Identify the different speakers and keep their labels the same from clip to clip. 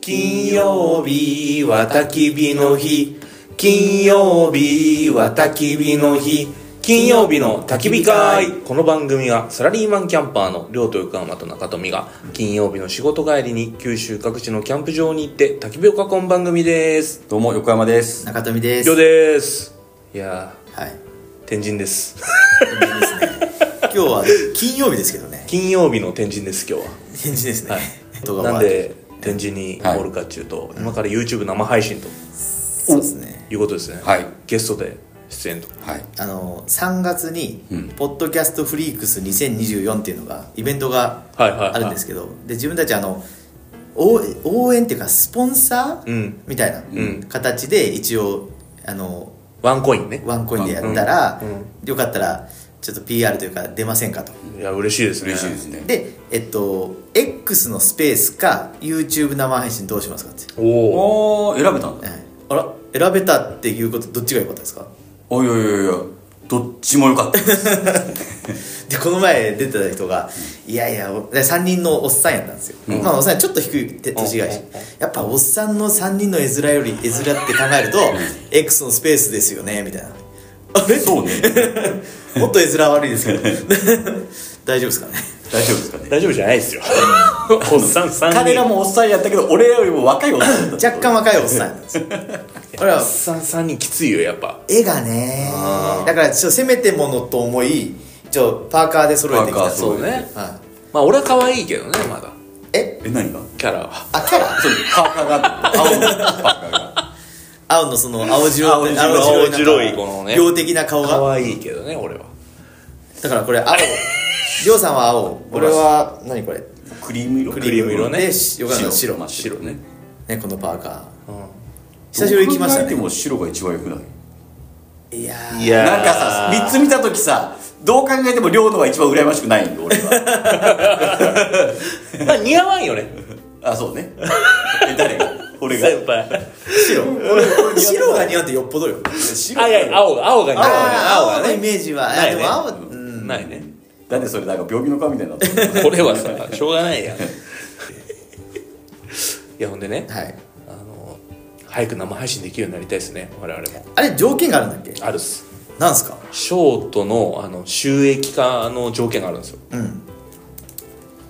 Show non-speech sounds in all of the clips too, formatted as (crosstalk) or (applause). Speaker 1: 金曜日は焚き火の日金曜日は焚き火の日金曜日の焚き火会この番組はサラリーマンキャンパーの亮と横浜と中富が金曜日の仕事帰りに九州各地のキャンプ場に行って焚き火を囲む番組です
Speaker 2: どうも横山です
Speaker 3: 中富です。
Speaker 1: 亮ですいや
Speaker 3: はい。
Speaker 1: ー天神です
Speaker 3: いいですね。今日は (laughs) 金曜日ですけどね。
Speaker 1: 金曜日の天神です今日は
Speaker 3: 返事ですね。音が
Speaker 1: なん
Speaker 3: 悪い
Speaker 1: で展示におるかっていうと、今から YouTube 生配信と
Speaker 3: そうですね。
Speaker 1: いうことですね、
Speaker 2: はい
Speaker 1: ゲストで出演と
Speaker 2: はい
Speaker 3: あの3月に、
Speaker 2: うん
Speaker 3: ポッドキャストフリークス2024っていうのがイベントが
Speaker 1: はいはいはい
Speaker 3: あるんですけど、で自分たちあの応応援っていうかスポンサー、
Speaker 1: うん
Speaker 3: みたいな
Speaker 1: うん
Speaker 3: 形で一応あの
Speaker 1: ワンコインね
Speaker 3: ワンコインでやったら、
Speaker 1: うん
Speaker 3: よかったらちょっと PR というか出ませんかと。
Speaker 1: いや嬉しいですね
Speaker 2: 嬉しいですね
Speaker 3: でえっと X のスペースか YouTube 生配信どうしますかって。
Speaker 1: おお
Speaker 2: おお選べたんだ
Speaker 3: はいあら選べたっていうことどっちが良かったですか (laughs)
Speaker 2: おいおいおいおいどっちも良か (laughs) ったです
Speaker 3: でこの前出てた人が「いやいやおで3人のおっさんやったんですよ、まあおっさんちょっと低いて年がい
Speaker 1: う
Speaker 3: し
Speaker 1: んうん
Speaker 3: やっぱおっさんの3人の絵面より絵面って考えると X のスペースですよねみたいなあれ
Speaker 2: そうね
Speaker 3: (laughs) もっと絵面悪いですけど (laughs) 大丈夫ですかね
Speaker 2: 大丈夫ですかね
Speaker 1: 大丈夫じゃないですよ (laughs) おっさん3人
Speaker 2: 彼らもおっさんやったけど俺らよりも若いおっさん (laughs) だった
Speaker 3: 若干若いおっさんやったんですよあ
Speaker 1: お
Speaker 3: ら
Speaker 1: っさん3人きついよやっぱ
Speaker 3: 絵がね
Speaker 1: あー
Speaker 3: だからちょっとせめてものと思いちょパーカーで揃えてき
Speaker 2: パー
Speaker 3: た
Speaker 2: カーそう
Speaker 1: ね
Speaker 3: はい
Speaker 1: まあ俺は可愛いけどねまだ
Speaker 3: え
Speaker 2: え何が
Speaker 1: キャラは
Speaker 3: あキャラ
Speaker 2: そうパーカーが青のパーカーが
Speaker 3: 青のその青白
Speaker 2: 青白い
Speaker 3: なんか
Speaker 1: 青白いこのね
Speaker 3: 病的な顔
Speaker 1: 可
Speaker 3: が
Speaker 1: 愛いけどね俺は
Speaker 3: だからこれ青りょうさんは青俺は何これ
Speaker 2: (laughs) クリーム色
Speaker 1: クリーム色ね
Speaker 3: でしよかった白
Speaker 2: まあ白ね
Speaker 3: ねこのパーカー久しぶ
Speaker 2: 久しぶ
Speaker 3: り
Speaker 2: り
Speaker 3: に来
Speaker 2: に来
Speaker 3: ま
Speaker 2: ま
Speaker 3: し
Speaker 2: したた
Speaker 3: ね
Speaker 2: ねも白が一番良くない
Speaker 3: いや
Speaker 1: い
Speaker 3: ー
Speaker 1: やー
Speaker 2: なんかさ3つ見た時さどう考えても亮のが一番羨ましくないよ俺は
Speaker 1: まあ似合わんよね
Speaker 2: あそうね (laughs) え誰が俺が
Speaker 1: 先輩
Speaker 3: 白白が似合うってよっぽどよ
Speaker 1: あいやいや青が青が似合うね
Speaker 3: あー
Speaker 1: 青
Speaker 3: 青
Speaker 1: が
Speaker 3: のイ
Speaker 1: ね
Speaker 3: メージはあ
Speaker 1: ないね
Speaker 3: でも青うん
Speaker 1: ないね
Speaker 2: だってそれなんか病気の顔みたいになってる
Speaker 1: これはさしょうがないやんいやほんでね
Speaker 3: はい
Speaker 1: あの早く生配信できるようになりたいですね我々も
Speaker 3: あれ条件があるんだっけ
Speaker 1: あるっす
Speaker 3: なんすか
Speaker 1: ショートのあの収益化の条件があるんですよ
Speaker 3: うん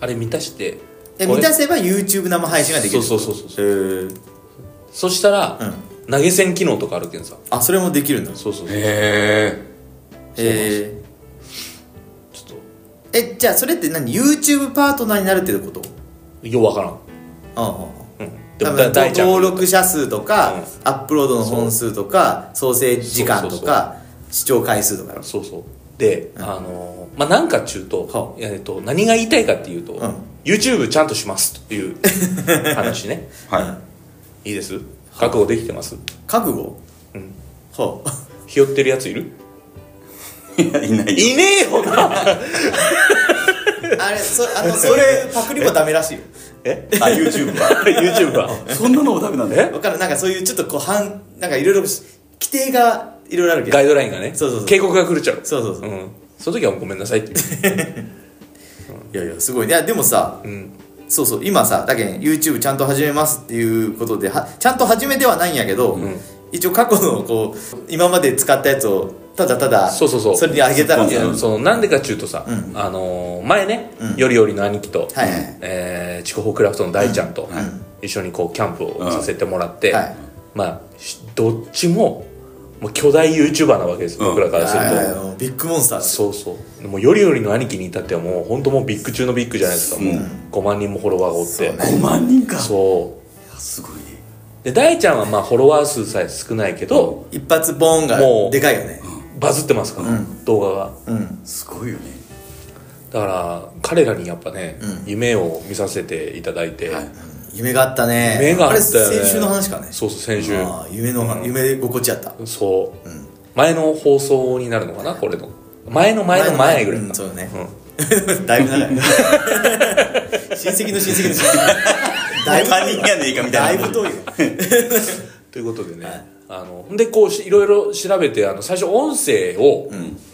Speaker 1: あれ満たして
Speaker 3: え満た
Speaker 1: し
Speaker 3: せば YouTube 生配信ができる
Speaker 1: そうそうそうそう
Speaker 3: へー
Speaker 1: そしたら、
Speaker 3: う
Speaker 1: 投げ銭機能とかあるけんさ
Speaker 3: あそれもできるんだ
Speaker 1: そうそうそう
Speaker 2: へえ
Speaker 3: えー
Speaker 1: ちょっと
Speaker 3: えじゃあそれって何 YouTube パートナーになるってこと
Speaker 1: ようわからん、
Speaker 3: うんうんうん
Speaker 1: うん、
Speaker 3: 多
Speaker 1: だ
Speaker 3: 分
Speaker 1: 大ちゃん
Speaker 3: 登録者数とか、
Speaker 1: うん
Speaker 3: アップロードの本数とか創生時間とか
Speaker 1: そうそうそ
Speaker 3: 視聴回数とかの
Speaker 1: そうそうで、あのーまあなんかっちゅうと,、えっと何が言いたいかっていうと、
Speaker 3: うん
Speaker 1: YouTube ちゃんとしますという話ね
Speaker 2: はい
Speaker 1: いいです覚悟できてます
Speaker 3: 覚悟
Speaker 1: うん (laughs)
Speaker 3: ほう
Speaker 1: ひよってるやついる
Speaker 2: いやいないよ
Speaker 1: いねえよな
Speaker 3: あれそあのそれパクリもダメらしいよ
Speaker 1: え
Speaker 2: あ YouTube は
Speaker 1: YouTube (laughs) は
Speaker 2: そんなのもダメなんだよ
Speaker 3: わかるなんかそういうちょっとこう反なんかいろいろ規定がいろいろあるけど
Speaker 1: ガイドラインがね
Speaker 3: そうそうそう
Speaker 1: 警告が来るっちゃう
Speaker 3: そうそうそう、い
Speaker 1: んその時はごめんなさいっていう
Speaker 3: やいやすごいいやでもさ
Speaker 1: うん
Speaker 3: そうそう今さだけど YouTube ちゃんと始めますっていうことではちゃんと始めてはないんやけど、
Speaker 1: ん
Speaker 3: 一応過去のこう今まで使ったやつをただただ
Speaker 1: そうそうそう
Speaker 3: それにあげたら
Speaker 1: いやそのなんでかっちゅうとさ、
Speaker 3: うん
Speaker 1: あのー前ね、
Speaker 3: うん
Speaker 1: よりよりの兄貴と、
Speaker 3: はいはい
Speaker 1: えー、チコホクラフトの大ちゃんと、
Speaker 2: はい
Speaker 1: 一緒にこうキャンプをさせてもらって、
Speaker 3: はい
Speaker 1: まあしどっちももう巨大 YouTuber なわけです、
Speaker 2: うん
Speaker 1: 僕らからすると、
Speaker 3: はいはいはいもうビッグモンスターです
Speaker 1: そうそうもうよりよりの兄貴に至ってはもう本当もうビッグ中のビッグじゃないですか、もう5万人もフォロワーがおって
Speaker 3: そうね
Speaker 2: 5万人かい
Speaker 1: そう
Speaker 2: やすごいね
Speaker 1: で大ちゃんはまあフォロワー数さえ少ないけど、
Speaker 3: 一発ボーンが
Speaker 1: もう
Speaker 3: でかいよね
Speaker 1: バズってますから、動画が
Speaker 3: うん
Speaker 2: すごいよね
Speaker 1: だから彼らにやっぱね、
Speaker 3: うん
Speaker 1: 夢を見させていただいて、
Speaker 2: はい
Speaker 3: 夢があったね
Speaker 1: 夢があったよね
Speaker 3: あれ先週の話かね
Speaker 1: そうそう先週
Speaker 3: ああ夢の話夢心地やった
Speaker 1: そう、
Speaker 3: ん
Speaker 1: 前の放送になるのかなこれの前の前の前ぐらいか
Speaker 3: うんそうだね
Speaker 1: うん
Speaker 3: だいぶ
Speaker 1: (laughs)
Speaker 3: 長い親戚の親戚の親戚だいぶ
Speaker 2: 他人やねえかみたいな
Speaker 3: だいぶ遠いよ
Speaker 1: ということでね、あのでこうしいろいろ調べてあの最初音声を、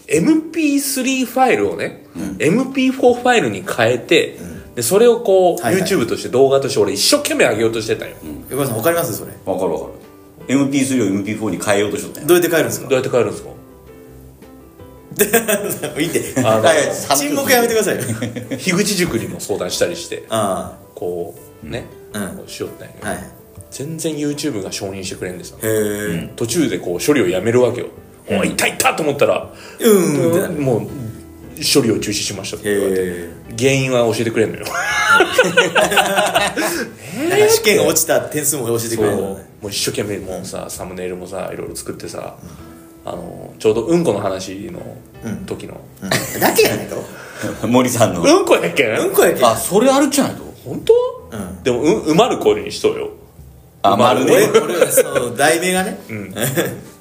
Speaker 1: MP3 ファイルをね、MP4 ファイルに変えて、でそれをこう、
Speaker 3: はいはい
Speaker 1: YouTube として動画として俺一生懸命上げようとしてたんよ、
Speaker 3: 横山さんわかりますそれ
Speaker 2: わかるわかる MP3 を MP4 に変えようとしとったんや
Speaker 3: どうやって帰るんですか
Speaker 1: どうやって帰るんですか
Speaker 3: いいって
Speaker 1: あ
Speaker 2: はいはい
Speaker 3: 沈黙やめてくださ
Speaker 1: (laughs)
Speaker 3: いよ
Speaker 1: の樋口塾にも相談したりして
Speaker 3: あ
Speaker 1: こうね、
Speaker 3: うん
Speaker 1: こうしよったんやけ
Speaker 3: あ
Speaker 1: ど、
Speaker 3: はい
Speaker 1: 全然 YouTube が承認してくれんですよ
Speaker 3: へえ
Speaker 1: 途中でこう処理をやめるわけよ、おいいたいたと思ったら
Speaker 3: うんってなる
Speaker 1: もう処理を中止しましたって言われて
Speaker 3: へ
Speaker 1: 原因は教えてくれんのよ
Speaker 3: えなんか試験落ちた点数も教えてくれるのね
Speaker 1: もう一生懸命もうさサムネイルもさいろいろ作ってさ、あのちょうどうんこの話の時の、
Speaker 3: うんだけやないか
Speaker 2: 森さんの、
Speaker 1: うんこやっけ
Speaker 3: うんこやけん
Speaker 2: あそれあるんじゃないと
Speaker 1: 本当、でもうんうまる子にしとうよ
Speaker 2: あ
Speaker 1: まあ
Speaker 2: 丸
Speaker 3: 俺
Speaker 2: ね
Speaker 3: 俺はその題名がね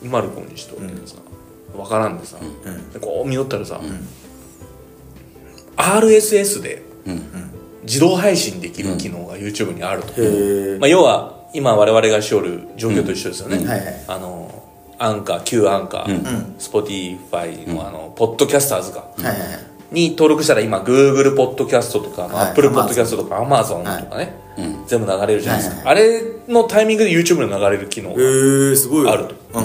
Speaker 1: うまる子にしとうけどさ、わ分からんでさ、でこう見よったらさ、RSS で自動配信できる機能が YouTube にあると、
Speaker 3: へえ
Speaker 1: まあ、要は今我々がしおる状況と一緒ですよね、
Speaker 2: うん
Speaker 3: はいはい
Speaker 1: あのアンカー旧アンカ
Speaker 2: うん
Speaker 1: ー、スポティファイのあのポッドキャスターズが、
Speaker 3: はいはいはい
Speaker 1: に登録したら今 Google ポッドキャストとか、
Speaker 3: はい
Speaker 1: Apple ポッドキャストとか Amazon
Speaker 3: はい
Speaker 1: とかね、
Speaker 2: うん
Speaker 1: 全部流れるじゃないですか、あれのタイミングで YouTube に流れる機能、
Speaker 3: へえすごいわ
Speaker 1: ある
Speaker 3: う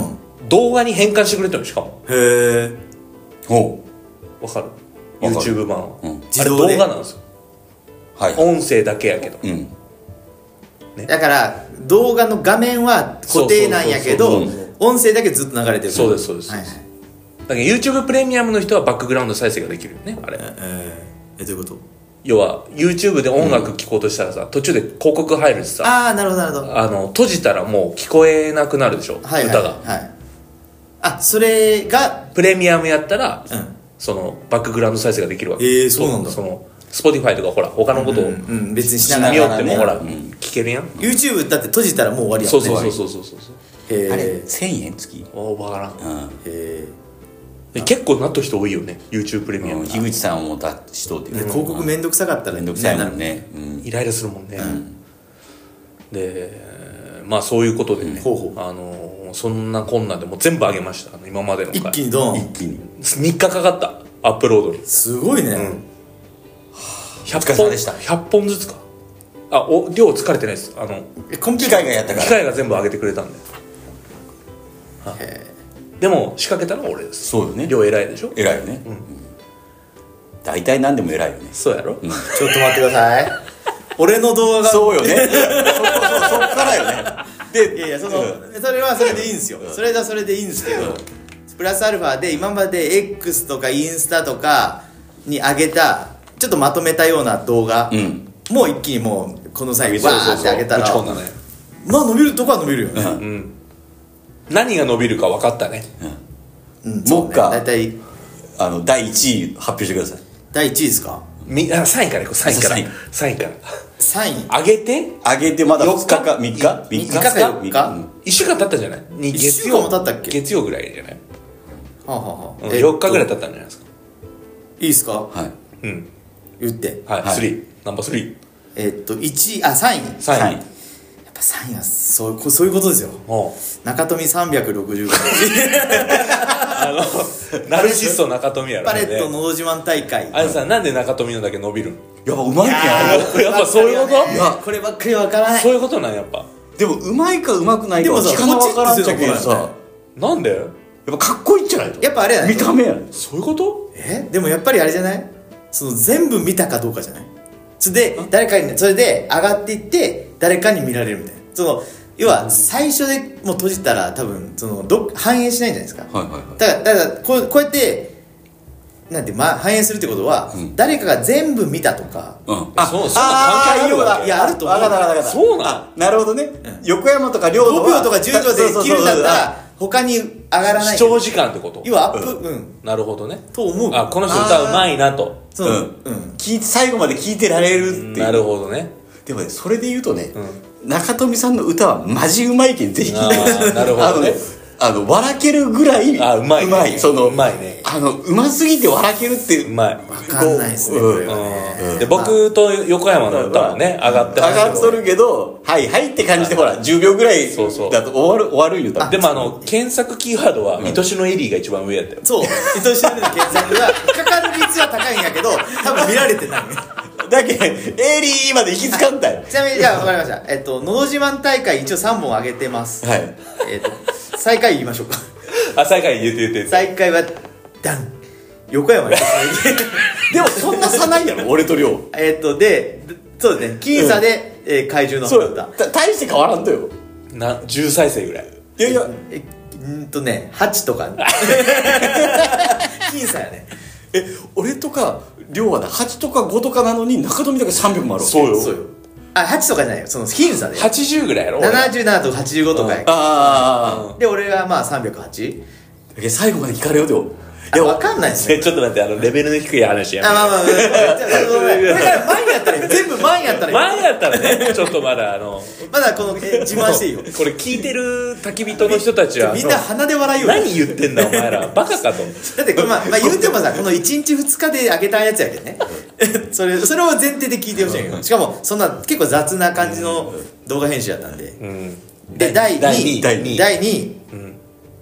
Speaker 3: ん
Speaker 1: 動画に変換してくれたのよしかも
Speaker 3: へえ
Speaker 2: ほ
Speaker 1: わかる
Speaker 2: わかる
Speaker 1: YouTube 版を、
Speaker 2: うん
Speaker 1: あ
Speaker 3: 自
Speaker 1: れ動
Speaker 3: 動で
Speaker 1: 画なんですよ
Speaker 2: うはい
Speaker 1: 音声だけやけど
Speaker 2: うん
Speaker 3: だから動画の画面は固定なんやけど
Speaker 1: そうそうそう
Speaker 3: 音声だけずっと流れてる
Speaker 1: そうですそうです
Speaker 3: はいはい
Speaker 1: だから YouTube プレミアムの人はバックグラウンド再生ができるよねあれ
Speaker 3: えーえどういうこと
Speaker 1: 要は YouTube で音楽聴こうとしたらさ、途中で広告入るしさ
Speaker 3: ああなるほどなるほど
Speaker 1: あの閉じたらもう聞こえなくなるでしょ、
Speaker 3: はいはい
Speaker 1: 歌が
Speaker 3: はいあそれが
Speaker 1: プレミアムやったら、
Speaker 3: うん
Speaker 1: そのバックグラウンド再生ができるわけ
Speaker 3: えーそうなんだ
Speaker 1: その Spotify とかほら他のことを
Speaker 3: うんうん別にしなが
Speaker 1: 見よっ
Speaker 3: ら
Speaker 1: て
Speaker 3: ね
Speaker 1: もほら、
Speaker 2: うん
Speaker 1: 聞けるやん、
Speaker 3: YouTube だって閉じたらもう終わりや
Speaker 1: そ
Speaker 3: も
Speaker 1: うん
Speaker 3: ね
Speaker 1: そうそうそうそうそう
Speaker 3: へー
Speaker 2: あれ1000円月
Speaker 1: お分からん
Speaker 2: うん
Speaker 3: へ
Speaker 1: で結構なった人多いよね YouTube プレミアム、
Speaker 2: うん樋口さんを出しとうってい
Speaker 3: え
Speaker 2: う
Speaker 3: 広告めんどくさかったら
Speaker 2: めんどくさいも
Speaker 3: なん
Speaker 2: ねうん
Speaker 1: イライラするもんね、でまあそういうことでね、
Speaker 3: ほうほ
Speaker 1: あのーそんなこんなでもう全部あげましたあの今までの
Speaker 3: 一
Speaker 1: 回
Speaker 3: 気にド
Speaker 2: 一
Speaker 3: ン
Speaker 2: 気に
Speaker 1: 3日かかったアップロードに
Speaker 3: すごいね
Speaker 2: 疲
Speaker 1: 100
Speaker 2: れ様
Speaker 1: 本
Speaker 2: でした
Speaker 1: 100本ずつかあお量疲れてないですあの
Speaker 3: えコンピュ
Speaker 2: 機
Speaker 3: ータ
Speaker 2: 械
Speaker 3: ー
Speaker 2: がやったか
Speaker 1: 機
Speaker 2: ら
Speaker 1: 械が全部上げてくれたんで、はいでも仕掛けたのは俺です
Speaker 2: そうよね
Speaker 1: 量偉いでしょ
Speaker 2: 偉いよね大体何でも偉いよね
Speaker 1: そうやろ、
Speaker 3: ちょっと待ってください俺の動画が
Speaker 2: (laughs) そうよねそこそこからよね
Speaker 3: いやいやそのそれはそれでいいんですよそれはそれでいいんですけどプラスアルファで今まで X とかインスタとかに上げたちょっとまとめたような動画
Speaker 2: うん
Speaker 3: もう一気にもうこの際
Speaker 2: そ
Speaker 3: わ
Speaker 2: うそうそう
Speaker 3: ーって上げたら
Speaker 1: ぶち込んだね
Speaker 3: まあ伸びるとこは伸びるよね
Speaker 1: 何が伸びるか分かったね
Speaker 3: うん
Speaker 2: もっか
Speaker 3: だいたい
Speaker 2: あの第1位発表してください
Speaker 3: 第1位ですか
Speaker 1: みあ3位からいこう3位から
Speaker 2: 3位
Speaker 1: 3位か
Speaker 3: 3位
Speaker 1: ら上げて
Speaker 2: 上げてまだ
Speaker 1: 4
Speaker 2: 2日か3日3
Speaker 3: 3
Speaker 2: 日
Speaker 3: 日か4日
Speaker 2: うん
Speaker 1: 1週間経ったじゃないに
Speaker 3: 一
Speaker 1: 月
Speaker 3: 週
Speaker 1: 曜
Speaker 3: 間も経ったっけ
Speaker 1: 月曜ぐらいじゃない、
Speaker 3: はあは
Speaker 1: うん、4日ぐらい経ったんじゃないですか
Speaker 3: いいですか
Speaker 2: は
Speaker 1: う
Speaker 2: い
Speaker 1: ん
Speaker 3: 言って
Speaker 1: はい、
Speaker 2: はい
Speaker 1: 3ナンバー
Speaker 3: えっと1位あ3位やっ
Speaker 1: 33位
Speaker 2: はい
Speaker 3: ぱ3位はそうこそういうことですよ
Speaker 1: おう
Speaker 3: 中富365
Speaker 1: あのナルシスト中富やろ
Speaker 3: パレット
Speaker 1: ね
Speaker 3: のど自慢大会
Speaker 1: あれさなんで中富のだけ伸びるん
Speaker 2: やっぱうまいねあ
Speaker 1: (laughs)
Speaker 2: れ
Speaker 1: やっぱそういうこと
Speaker 3: いやこればっかりわからない
Speaker 1: そういうことなんやっぱ
Speaker 2: でもうまいかうまくない
Speaker 3: で
Speaker 2: か
Speaker 3: も
Speaker 2: は
Speaker 3: さ
Speaker 2: 聞かなわからんじゃけど
Speaker 3: こっちって言って
Speaker 2: さ
Speaker 3: たよ
Speaker 2: や
Speaker 1: なんで
Speaker 2: っぱかっこいいんじゃないと
Speaker 3: やっぱあれやね
Speaker 2: 見た目やね
Speaker 1: そういうこと
Speaker 3: えでもやっぱりあれじゃないその全部見たかどうかじゃないそれで誰かにそれで上がっていって誰かに見られるみたいなその要は最初でもう閉じたら多分そのど反映しないんじゃないですか
Speaker 2: はいはいはい
Speaker 3: だからだからこうこうやってなんて、ま、反映するってことは、
Speaker 2: ん
Speaker 3: 誰かが全部見たとか
Speaker 2: うん
Speaker 1: あそうそんな関係あるわ
Speaker 3: け
Speaker 1: け
Speaker 3: いやあると思う
Speaker 2: わかったわかったわかった
Speaker 1: そうなん
Speaker 2: あなるほどね横山とか亮
Speaker 3: 5
Speaker 2: の
Speaker 3: 秒
Speaker 2: は
Speaker 3: とか10秒で切るんだったら他に上がらな
Speaker 1: 視
Speaker 3: い
Speaker 1: 聴時間ってこと
Speaker 3: 要はアップうん、
Speaker 1: なるほどね
Speaker 3: と思う
Speaker 1: あこの人歌うまいなと
Speaker 3: そううんうん
Speaker 2: 聞いて最後まで聞いてられるってい
Speaker 1: な
Speaker 2: う
Speaker 1: るほどね
Speaker 2: でもねそれで言うとね中富さんの歌はマジうまいけんぜひ聞いて
Speaker 1: あーなるほどね
Speaker 2: (laughs) あのあの笑けるぐらい
Speaker 1: あうまいね
Speaker 2: うまいその
Speaker 1: うまいね
Speaker 2: あのうますぎて笑けるって
Speaker 1: うまい
Speaker 3: わかんないですね
Speaker 2: こう
Speaker 3: これはね
Speaker 1: で僕と横山の歌はね上がって
Speaker 2: 上
Speaker 1: ますけど
Speaker 2: がっとるけどはいはいって感じでほら10秒ぐらいだ
Speaker 1: そうそう
Speaker 2: と終わる終わるん言うたら
Speaker 1: でもあの検索キーワードは「愛しのエリー」が一番上やったよ
Speaker 3: (laughs) そう、伊藤俊の検索が、かかる率は高いんやけど、多分見られてない。
Speaker 2: だけどエリーまで引きつかんだよ
Speaker 3: ちなみにじゃあ分かりましたえっと「のど自慢大会」一応3本上げてます
Speaker 2: はい
Speaker 3: えっと最下位言いまし (laughs) ょうか
Speaker 1: あ、最下位言うて言うて言うて。
Speaker 3: 最下位はダン横山由依
Speaker 2: でもそんな差ないやろ俺と亮
Speaker 3: えっとでそうですね僅差で、えー怪獣の
Speaker 2: そ
Speaker 3: 花
Speaker 2: う
Speaker 3: 歌
Speaker 2: た大して変わらんとよ
Speaker 1: な、10再生ぐらい。
Speaker 2: いやいや
Speaker 3: えんーとね8とか (laughs) 僅差やね
Speaker 2: え俺とか亮はな8とか5とかなのに中富だけ300もあるわけ
Speaker 1: そうよ
Speaker 3: そうよあ8とかじゃないよその僅差で
Speaker 1: 80ぐらいやろ俺
Speaker 3: 77とか85とかや
Speaker 2: ああ
Speaker 3: で俺がまあ308
Speaker 2: だけど最後まで引かれようよ
Speaker 3: いや分かんないですね
Speaker 1: えちょっと待って、あの、レベルの低い話や
Speaker 3: あまあまあまあこれから前やったらいい全部前やったら
Speaker 1: め
Speaker 3: い
Speaker 1: て。前
Speaker 3: い
Speaker 1: やったらね、ちょっとまだあの、
Speaker 3: まだこのえ自慢していいよ
Speaker 1: これ聞いてる焚き人の人たちは、
Speaker 3: みんな鼻で笑いよだ
Speaker 1: 何言ってんだお前ら、バカかと。
Speaker 3: ってこれまあまあ言うてもさこの1日2日であげたやつやけどねそれそれを前提で聞いてほしいんやけどしかもそんな結構雑な感じの動画編集やったんで
Speaker 1: うん。
Speaker 3: で第
Speaker 1: 第二
Speaker 3: 2位
Speaker 1: 位
Speaker 3: 第2位
Speaker 1: 第ん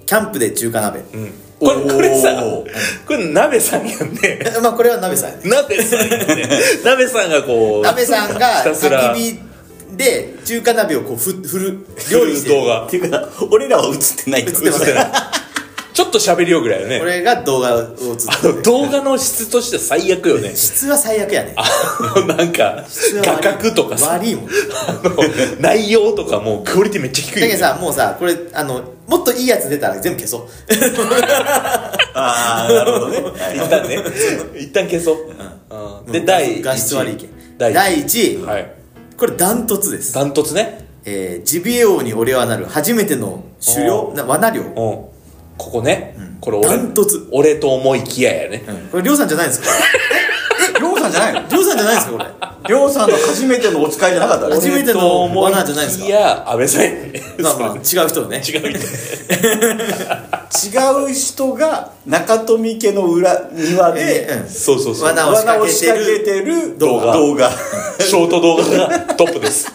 Speaker 3: キャンプで中華鍋
Speaker 1: うんこれ、これ
Speaker 2: (laughs)
Speaker 1: さ
Speaker 2: お、
Speaker 1: これ鍋さんやんね。
Speaker 3: まあこれは鍋さんやね
Speaker 1: 鍋さんやんね。鍋さんがこう、
Speaker 3: 鍋さんが
Speaker 1: ひたすら
Speaker 3: 焚き火で中華鍋をこうふ振る料理してる
Speaker 1: (laughs) 動画
Speaker 2: っ。ていうか俺らは映ってないよ
Speaker 3: 映ってません
Speaker 1: ちょっと喋りようぐらいよね
Speaker 3: こ。れが動画を映ってる
Speaker 1: 動画の質として最悪よね。
Speaker 3: 質は最悪やね
Speaker 1: あの、なんか、画角とかさ、
Speaker 3: 悪いもんだ
Speaker 1: あの、内容とかもうクオリティめっちゃ低いよ
Speaker 3: け
Speaker 1: ね。
Speaker 3: どさもうさこれあのもっといいやつ出たら全部消そう
Speaker 2: ああなるほどね
Speaker 1: 一旦ね、 (laughs) 一旦消そう。うんで、第
Speaker 3: (laughs) 画質悪い
Speaker 1: 一
Speaker 3: け
Speaker 1: 位
Speaker 3: ん
Speaker 1: 第
Speaker 3: 第
Speaker 1: 1
Speaker 3: 1位
Speaker 1: はい。
Speaker 3: これダントツです
Speaker 1: ダントツね。
Speaker 3: えージビエ王に俺はなる初めての狩
Speaker 1: お
Speaker 3: 猟な罠猟
Speaker 1: うん。ここね。これ俺。
Speaker 3: ダントツ
Speaker 1: 俺と思いきややね。
Speaker 3: これりょうさんじゃないんですか
Speaker 1: (laughs)
Speaker 2: りょうさんじゃないの
Speaker 3: りょうさんじゃないんですかこれ
Speaker 2: りょうさんの初めてのお使いじゃなかった
Speaker 3: 初めての罠じゃないですか
Speaker 1: いや、安倍さんやね。
Speaker 3: まあ
Speaker 1: (laughs)
Speaker 3: まあ違う人ね
Speaker 1: 違うみたい。
Speaker 2: 違う人が中富家の裏庭
Speaker 3: で
Speaker 2: で
Speaker 1: そうそうそう。
Speaker 3: 罠
Speaker 2: 罠を
Speaker 3: を
Speaker 2: 仕
Speaker 3: 仕
Speaker 2: 掛
Speaker 3: 掛
Speaker 2: け
Speaker 3: け
Speaker 2: てる
Speaker 1: 動画
Speaker 2: 動画
Speaker 1: ショート動画がトップです。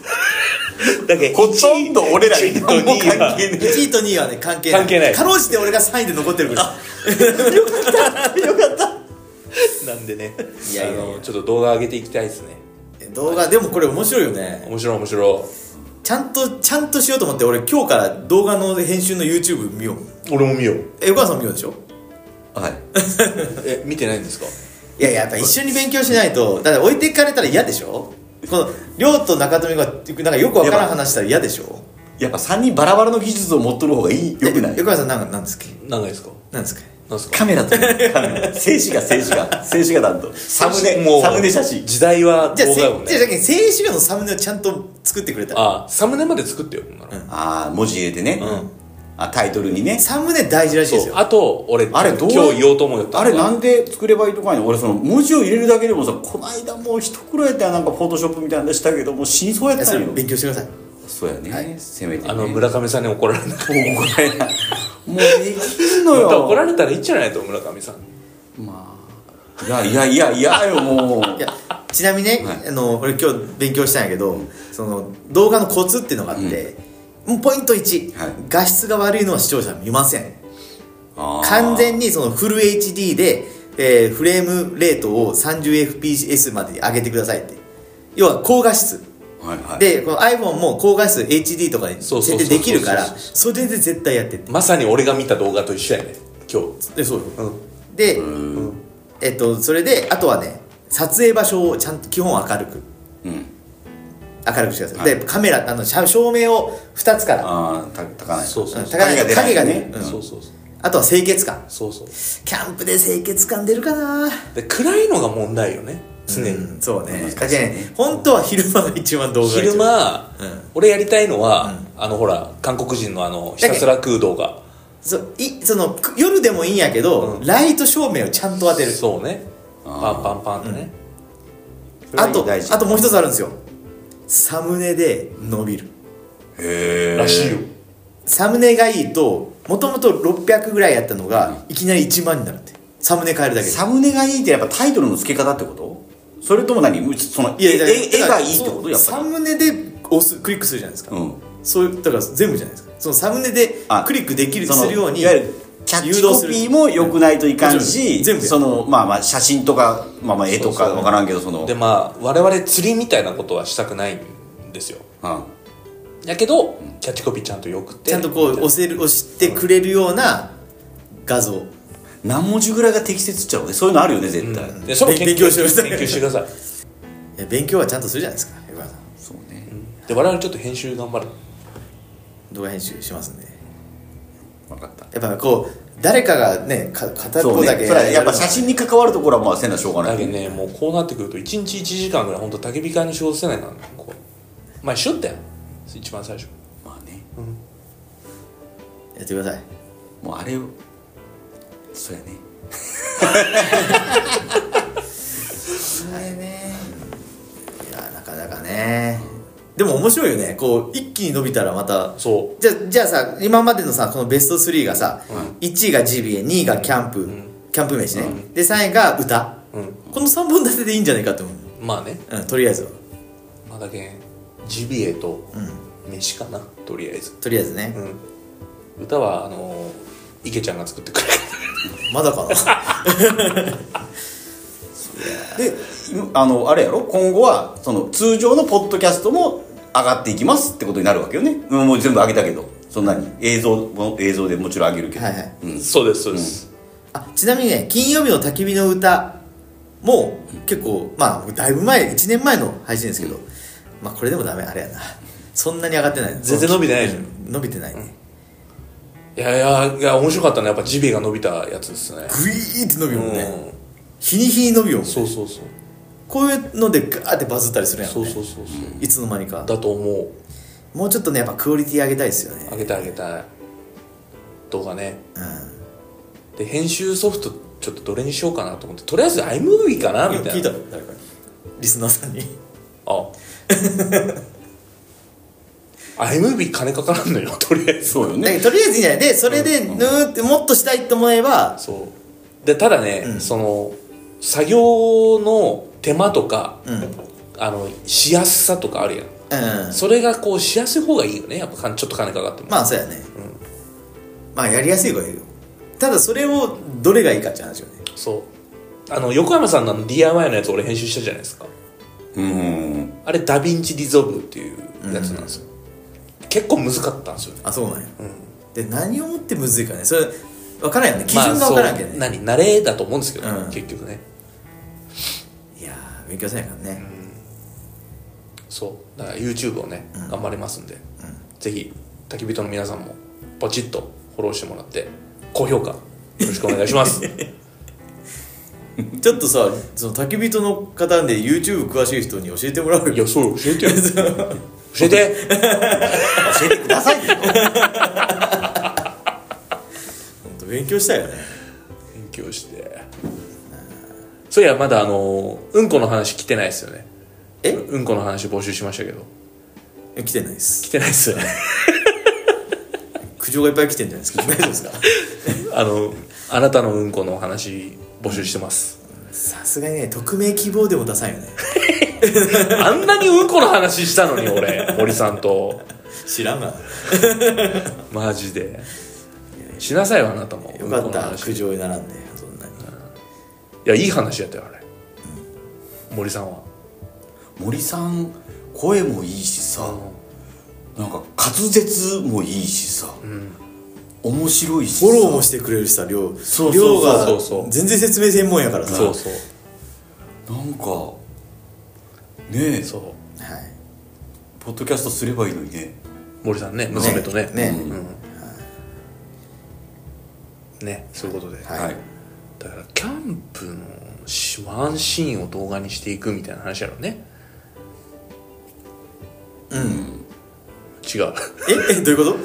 Speaker 1: だけど
Speaker 2: ほとんど俺らに
Speaker 1: 1位と
Speaker 2: 何も
Speaker 1: 2位
Speaker 2: 関
Speaker 1: は
Speaker 2: 係ね
Speaker 3: 1位と2位はね関係ない
Speaker 1: 関係ない
Speaker 3: かろうじて俺が3位で残ってるから
Speaker 1: なんでね。
Speaker 3: いやいやいや
Speaker 1: あのちょっと動画上げていきたいですね。
Speaker 3: 動画でもこれ面白いよね
Speaker 1: 面白い面白
Speaker 3: ちゃんとちゃんとしようと思って俺今日から動画の編集の YouTube 見よう
Speaker 1: い。俺も見よう。
Speaker 3: え横川さんも見ようでしょ
Speaker 2: えはい
Speaker 1: え、見てないんですか
Speaker 3: いやいややっぱ一緒に勉強しないとだって置いていかれたら嫌でしょこの亮と中富がなんかよくわからん話したら嫌でしょ
Speaker 2: やっぱ3人バラバラの技術を持っとる方がいいよくな
Speaker 3: え
Speaker 2: い
Speaker 3: 横川さんなんかなんですっけ
Speaker 1: 何がですか
Speaker 3: なんですか
Speaker 1: 何ですか
Speaker 2: カメラとカメラ静止画静止画静止画担当サム
Speaker 1: も
Speaker 2: ネ
Speaker 1: う
Speaker 2: サムネ写真
Speaker 1: 時代は
Speaker 3: じゃあ、
Speaker 1: 動画
Speaker 3: せじ
Speaker 1: や
Speaker 3: ゃ
Speaker 1: もん
Speaker 3: あ
Speaker 1: ね
Speaker 3: じゃあ静止画のサムネをちゃんと作ってくれたら
Speaker 1: ああサムネまで作ってよほんなら
Speaker 2: ああ文字入れてね
Speaker 1: ん
Speaker 2: あタイトルにね
Speaker 3: サムネ大事らしいです
Speaker 1: そう
Speaker 3: よ
Speaker 1: あと俺
Speaker 2: あれどう
Speaker 1: 今日言おうと思うよ
Speaker 2: あれなんで作ればいいとかやねん俺その文字を入れるだけでもさこないだもう一苦労やったよなんかフォトショップみたいなのしたけどもう死にそうやっ
Speaker 3: いや
Speaker 2: た
Speaker 3: そ
Speaker 2: ん
Speaker 3: れ
Speaker 2: よ
Speaker 3: 勉強してください
Speaker 2: そうやね、せめてね
Speaker 1: あの村上さんに怒られない
Speaker 2: もう怒られないもうできんの
Speaker 1: また怒ら
Speaker 2: よ
Speaker 1: れたらいいんじゃないと村上さん
Speaker 2: いやいやいやいやよもう
Speaker 3: いやちなみにね、
Speaker 2: はい
Speaker 3: あの俺今日勉強したんやけど、その動画のコツっていうのがあって、もうポイント1、
Speaker 2: はい
Speaker 3: 画質が悪いのは視聴者は見ません
Speaker 2: あー
Speaker 3: 完全にそのフル HD で、えーフレームレートを 30fps まで上げてくださいって要は高画質
Speaker 2: はいはい
Speaker 3: でこの iPhone も高画質 HD とかに
Speaker 1: そうそうそう
Speaker 3: 設定できるから
Speaker 1: そう
Speaker 3: それで絶対やってって
Speaker 1: まさに俺が見た動画と一緒やね今日
Speaker 3: でそうよ
Speaker 1: うん
Speaker 3: で、えっと、それであとはね撮影場所をちゃんと基本明るく
Speaker 2: うん
Speaker 3: 明るくしてください、
Speaker 2: はい
Speaker 3: でカメラあのしゃ照明を2つから
Speaker 2: ああた高ない
Speaker 1: そうそううんそう
Speaker 3: 高い
Speaker 2: 影
Speaker 3: 影
Speaker 2: が
Speaker 3: が
Speaker 2: 出
Speaker 3: 出
Speaker 2: ない
Speaker 3: る、うん
Speaker 1: そうそうそう
Speaker 3: あとは清潔感
Speaker 1: そうそう
Speaker 3: キャンプで清潔感出るかな
Speaker 1: で暗いのが問題よね常に
Speaker 3: そうね
Speaker 2: 難しいね
Speaker 3: だけどね本当は昼間が一番動画が一番
Speaker 1: 昼間
Speaker 3: うん
Speaker 1: 俺やりたいのはあのほら韓国人のあのひたすら食う動画
Speaker 3: そういそのく夜でもいいんやけど、ライト照明をちゃんと当てる
Speaker 1: そうね
Speaker 2: あー
Speaker 1: パンパンパンってね
Speaker 3: あと
Speaker 2: 大事
Speaker 3: あともう一つあるんですよサムネで伸びる
Speaker 2: へえ
Speaker 1: らしいよ
Speaker 3: サムネがいいともともと600ぐらいやったのがいきなり1万になるってサムネ変えるだけで
Speaker 2: サムネがいいってやっぱタイトルの付け方ってことそれとも何うちその
Speaker 3: いやいや
Speaker 2: え
Speaker 3: だ
Speaker 2: 絵絵
Speaker 3: から
Speaker 2: がいいってことやっ
Speaker 3: そう
Speaker 2: ぱ
Speaker 3: サ
Speaker 2: り
Speaker 3: ムネで押すクリックするじゃないですか、
Speaker 2: うん
Speaker 3: そういうだから全部じゃないですかそのサムネで
Speaker 2: あ
Speaker 3: クリックできる
Speaker 2: その
Speaker 3: するように
Speaker 2: いわゆるキャッチコピーも良くないといかん
Speaker 3: うん
Speaker 2: し
Speaker 3: 全部
Speaker 2: そのまあまあ写真とか、まあ、まあ絵
Speaker 1: そ
Speaker 2: と
Speaker 1: う
Speaker 2: か
Speaker 1: そう
Speaker 2: 分からんけどその
Speaker 1: でまあ我々釣りみたいなことはしたくないんですよ
Speaker 2: うん
Speaker 1: やけどキャッチコピーちゃんとよくて
Speaker 3: ちゃんとこう押せる押してくれるような画像
Speaker 2: 何文字ぐらいが適切っちゃうねそういうのあるよね絶対、
Speaker 1: でそれも研
Speaker 3: 勉
Speaker 1: 究
Speaker 3: 強
Speaker 1: して
Speaker 3: して
Speaker 1: く
Speaker 3: く
Speaker 1: ださい
Speaker 3: ださ
Speaker 1: 研
Speaker 3: い
Speaker 1: 究してください
Speaker 3: いや勉強はちゃんとするじゃないですか横川さん
Speaker 2: そうね、
Speaker 1: で我々ちょっと編集頑張る
Speaker 3: 動画編集しますんで
Speaker 2: 分かった
Speaker 3: やっぱこう誰かがねか片
Speaker 2: そう
Speaker 3: 方だ
Speaker 2: ね
Speaker 3: け
Speaker 2: それはやっ
Speaker 3: るの
Speaker 2: ぱ写真に関わるところはまあせなしょうがな
Speaker 1: だ
Speaker 2: い
Speaker 1: けどねもうこうなってくると1日1時間ぐらい本当焚き火会の仕事せないからねこうまあしよったよ一番最初
Speaker 2: まあね
Speaker 3: やってください
Speaker 2: もうあれをそうやね
Speaker 3: あれねいやなかなかねでも面白いよねこう一気に伸びたらまた
Speaker 1: そう
Speaker 3: じゃじゃあさ今までのさこのベスト3がさ、1位がジビエ2位がキャンプ、キャンプ飯ね、で3位が歌、
Speaker 1: うん
Speaker 3: この3本立てでいいんじゃないかと思う、
Speaker 1: まあね
Speaker 3: うん、とりあえずは
Speaker 1: まあだけんジビエと飯かなとりあえず
Speaker 3: とりあえずね、
Speaker 1: うん歌はあのー池ちゃんが作ってくれる
Speaker 3: まだ
Speaker 1: (laughs)
Speaker 3: かな
Speaker 2: で今あのあれやろ今後はその通常のポッドキャストも上がっていきますってことになるわけよねうんもう全部上げたけどそんなに映像も映像でもちろん上げるけど、
Speaker 3: はいはい
Speaker 2: うん、
Speaker 1: そうですそうです、
Speaker 3: あちなみにね金曜日の焚き火の歌も結構まあだいぶ前1年前の配信ですけど、まあこれでもダメあれやなそんなに上がってない
Speaker 1: 全然伸びてないでしょ
Speaker 3: うん伸びてないね、
Speaker 1: いやいやいや面白かったねやっぱジビエが伸びたやつですね
Speaker 3: グイーって伸びるもんね、
Speaker 1: うん
Speaker 3: 日に日に伸びるもんね
Speaker 1: そうそうそう
Speaker 3: こういうのでガーってバズったりするやん、ね、
Speaker 1: そうそうそうそう
Speaker 3: いつの間にか
Speaker 1: だと思う
Speaker 3: もうちょっとねやっぱクオリティ上げたいですよ
Speaker 1: あ
Speaker 3: ね
Speaker 1: げたいあげたい動画ね
Speaker 3: うん
Speaker 1: で編集ソフトちょっとどれにしようかなと思ってとりあえず iMovie かなみた
Speaker 3: 聞
Speaker 1: い
Speaker 3: いた
Speaker 1: な
Speaker 3: 誰かにリスナーさんに
Speaker 1: あ (laughs) iMovie 金かからんのよとりあえず
Speaker 2: そうよ
Speaker 3: だ
Speaker 2: ね
Speaker 3: けどとりあえずいいんじゃないでそれでぬーってもっとしたいと思えば
Speaker 1: そうでただね、その作業の手間とか、あのしやすさとかあるやん
Speaker 3: うん
Speaker 1: それがこうしやすい方がいいよねやっぱかちょっと金かかっても、
Speaker 3: まあそうやね、まあやりやすい方がいいよただそれをどれがいいかって話よね
Speaker 1: そうあの横山さんのあの DIY のやつ俺編集したじゃないですか
Speaker 2: うん
Speaker 1: あれダヴィンチディゾルブっていうやつなんですよ、結構難かったんですよね
Speaker 3: あそうなんや、で何をもってむずいかねそれ分からんよね基準が分からんけどね、
Speaker 1: まあそう何慣れだと思うんですけど、
Speaker 3: うん
Speaker 1: 結局ね
Speaker 3: いやー勉強せないからね、
Speaker 1: そうだから YouTube をね、頑張りますんで、ぜひ焚き人の皆さんもポチッとフォローしてもらって高評価よろしくお (laughs) 願いします
Speaker 3: ちょっとさその焚き人の方で YouTube 詳しい人に教えてもらう
Speaker 1: い
Speaker 3: よ
Speaker 1: やそう教えてよ教えて
Speaker 2: 教えてくださいよ
Speaker 3: ほんと勉強したいよね
Speaker 1: 勉強してそういやまだあのうんこの話来てないですよね
Speaker 3: え
Speaker 1: うんこの話募集しましたけど
Speaker 3: え来てないです
Speaker 1: 来てないっすよね (laughs)
Speaker 3: 苦情がいっぱい来てんじゃないですか大丈夫ですか
Speaker 1: あのあなたのうんこの話募集してます
Speaker 3: (laughs) さすがにね匿名希望でも出さんよね
Speaker 1: あんなにうんこの話したのに俺森さんと
Speaker 3: 知らんがよ
Speaker 1: マジでしなさいよあなたもうんこ
Speaker 3: か
Speaker 1: の
Speaker 3: った
Speaker 1: 話
Speaker 3: 苦情にならんでそんなに
Speaker 1: いやいい話やったよあれ、森さんは
Speaker 2: 森さん声もいいしさなんか滑舌もいいしさ、面白いし
Speaker 3: フ
Speaker 2: さ
Speaker 3: ォローもしてくれるしさ亮
Speaker 2: そうそう
Speaker 3: 亮
Speaker 1: そ
Speaker 3: が
Speaker 1: うそう
Speaker 3: 全然説明専門やからさ
Speaker 1: そうそう
Speaker 2: なんかねえ
Speaker 1: そう
Speaker 3: はい
Speaker 2: ポッドキャストすればいいのにね
Speaker 1: 森さんね娘とね
Speaker 3: ね
Speaker 1: うんねそういうことで、
Speaker 3: はい
Speaker 1: だからキャンプのしワンシーンを動画にしていくみたいな話やろねうん違う
Speaker 3: ええどういうこと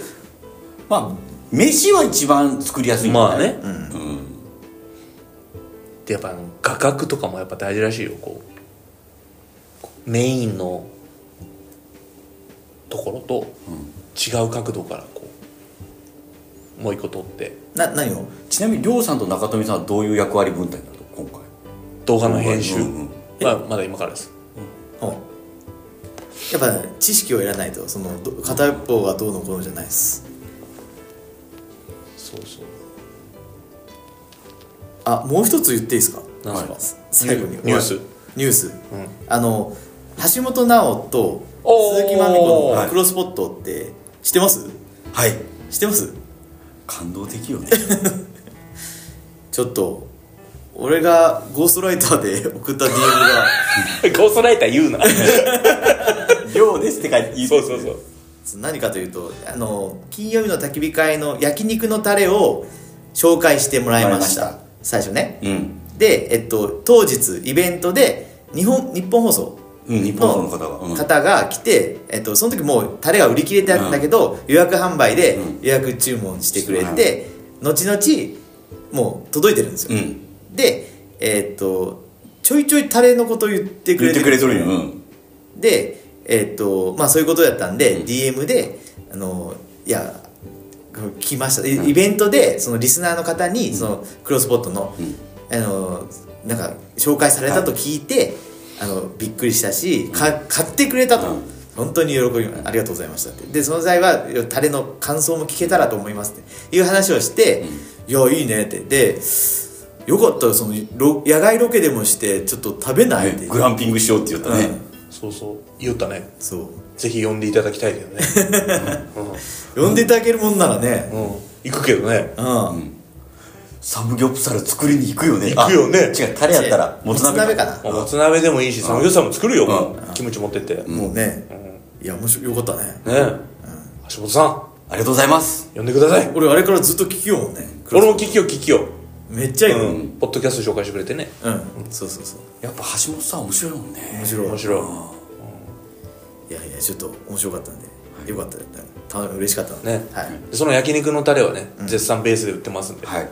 Speaker 2: まあ飯は一番作りやすいんじゃ
Speaker 1: ま
Speaker 2: な
Speaker 1: あ
Speaker 2: い
Speaker 1: ね、でやっぱあの画角とかもやっぱ大事らしいよこうこうメインのところと違う角度からこうもう一個撮って
Speaker 3: な何を
Speaker 2: ちなみに亮さんと中富さんはどういう役割分担なの今回
Speaker 1: 動画の編集、
Speaker 2: うんうん
Speaker 1: まあ、まだ今からです
Speaker 3: うんやっぱ、知識を得らないとそのど片方がどうのこうのじゃないです
Speaker 1: (laughs) そうそう
Speaker 3: あもう一つ言っていいですか
Speaker 1: なんすか
Speaker 3: 最後に
Speaker 1: ニュース
Speaker 3: はいニュース、あの橋本直人と
Speaker 1: おー
Speaker 3: 鈴木まみ子
Speaker 2: は
Speaker 3: の
Speaker 2: い
Speaker 3: クロスポットって知ってます
Speaker 2: はい
Speaker 3: 知ってます
Speaker 2: 感動的よね (laughs)
Speaker 3: ちょっと俺がゴーストライターで (laughs) 送った DM が
Speaker 1: ゴーストライター言うな
Speaker 2: 「ようです」って書いて
Speaker 1: (laughs)
Speaker 2: 言
Speaker 1: そうそうそう
Speaker 3: 何かというとあの金曜日の焚き火会の焼肉のタレを紹介してもらいました
Speaker 2: もらいま
Speaker 3: 最初ね、
Speaker 2: うん、
Speaker 3: で、えっと、当日イベントで日本日本放送
Speaker 2: うん、日本放送の方が、うん、
Speaker 3: 方が来て、えっと、その時もうタレが売り切れてあったけど、予約販売で
Speaker 2: う
Speaker 3: 予約注文してくれて、後々もう届いてるんです
Speaker 2: う
Speaker 3: よ、
Speaker 2: ん
Speaker 3: でえっとちょいちょいタレのこと言ってく
Speaker 2: 言
Speaker 3: れ
Speaker 2: っててくれとるんよ、うん、
Speaker 3: でえっとまあそういうことだったんで、
Speaker 2: うん
Speaker 3: DM であのいや来ましたイイベントでそのリスナーの方にそのクロスポットの,、
Speaker 2: ん
Speaker 3: あのなんか紹介されたと聞いて、あのびっくりしたし、か買ってくれたと、
Speaker 2: うん
Speaker 3: 本当に喜びありがとうございましたってでその際はタレの感想も聞けたらと思いますっていう話をして、いやいいねってでよかったらそのロ野外ロケでもしてちょっと食べないって
Speaker 2: ねグランピングしようって言ったね、
Speaker 3: うん
Speaker 1: そうそう言ったね
Speaker 3: そう
Speaker 1: ぜひ呼んでいただきたいけどね
Speaker 3: 呼んでいただけるもんならね
Speaker 1: うん行くけどね
Speaker 3: うん、
Speaker 2: サムギョプサル作りに行くよね
Speaker 1: 行くよね
Speaker 2: あ違うタレやったら
Speaker 3: も
Speaker 2: も
Speaker 3: つ
Speaker 2: つ
Speaker 3: 鍋
Speaker 2: 鍋
Speaker 3: かな
Speaker 1: もつ鍋でもいいしサムギョプサルも作るよ、もう
Speaker 2: う
Speaker 1: キムチ持ってって、ね
Speaker 3: もうね、いや面白よかったね
Speaker 1: 橋本さん
Speaker 2: ありがとうございます
Speaker 1: 呼んでください
Speaker 3: 俺あれからずっと聞きようもんね
Speaker 1: 俺も聞きよ聞きよ、
Speaker 3: めっちゃいいよ
Speaker 1: う
Speaker 3: うん、
Speaker 1: ん、ポッドキャスト紹介してくれてね
Speaker 3: そうそうそう
Speaker 2: やっぱ橋本さん面白いもんね
Speaker 3: 面白い
Speaker 1: 面白い
Speaker 3: いやいやちょっと面白かったんで、よかったよた嬉しかったんで
Speaker 1: ね
Speaker 3: はい、
Speaker 1: でその焼肉のタレはね、絶賛ベースで売ってますんで、
Speaker 2: はい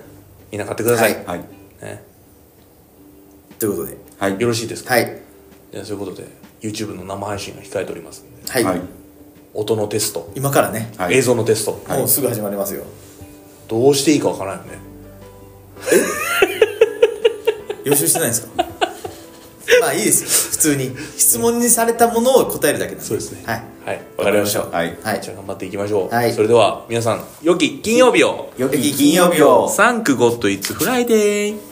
Speaker 1: みんな買ってください、
Speaker 3: は
Speaker 2: はい
Speaker 1: ね、
Speaker 3: ということで
Speaker 2: はい
Speaker 1: よろしいですか、
Speaker 3: はい
Speaker 1: でそういうことで YouTube の生配信が控えておりますんで
Speaker 3: はい、
Speaker 2: はい
Speaker 1: 音のテスト、
Speaker 3: 今からね、
Speaker 2: はい
Speaker 1: 映像のテスト、
Speaker 3: もうすぐ始まりますよ
Speaker 1: どうしていいかわからないよね
Speaker 3: 予習してないんですか (laughs) まあいいですよ普通に質問にされたものを答えるだけなんで
Speaker 1: そうですね
Speaker 3: はい
Speaker 1: はいわかりました
Speaker 3: はいはい
Speaker 1: じゃあ頑張っていきましょう、
Speaker 3: はい
Speaker 1: それでは皆さん良き金曜日を
Speaker 2: よ
Speaker 3: 良き金曜日を
Speaker 1: サンクゴッドイッツフライデー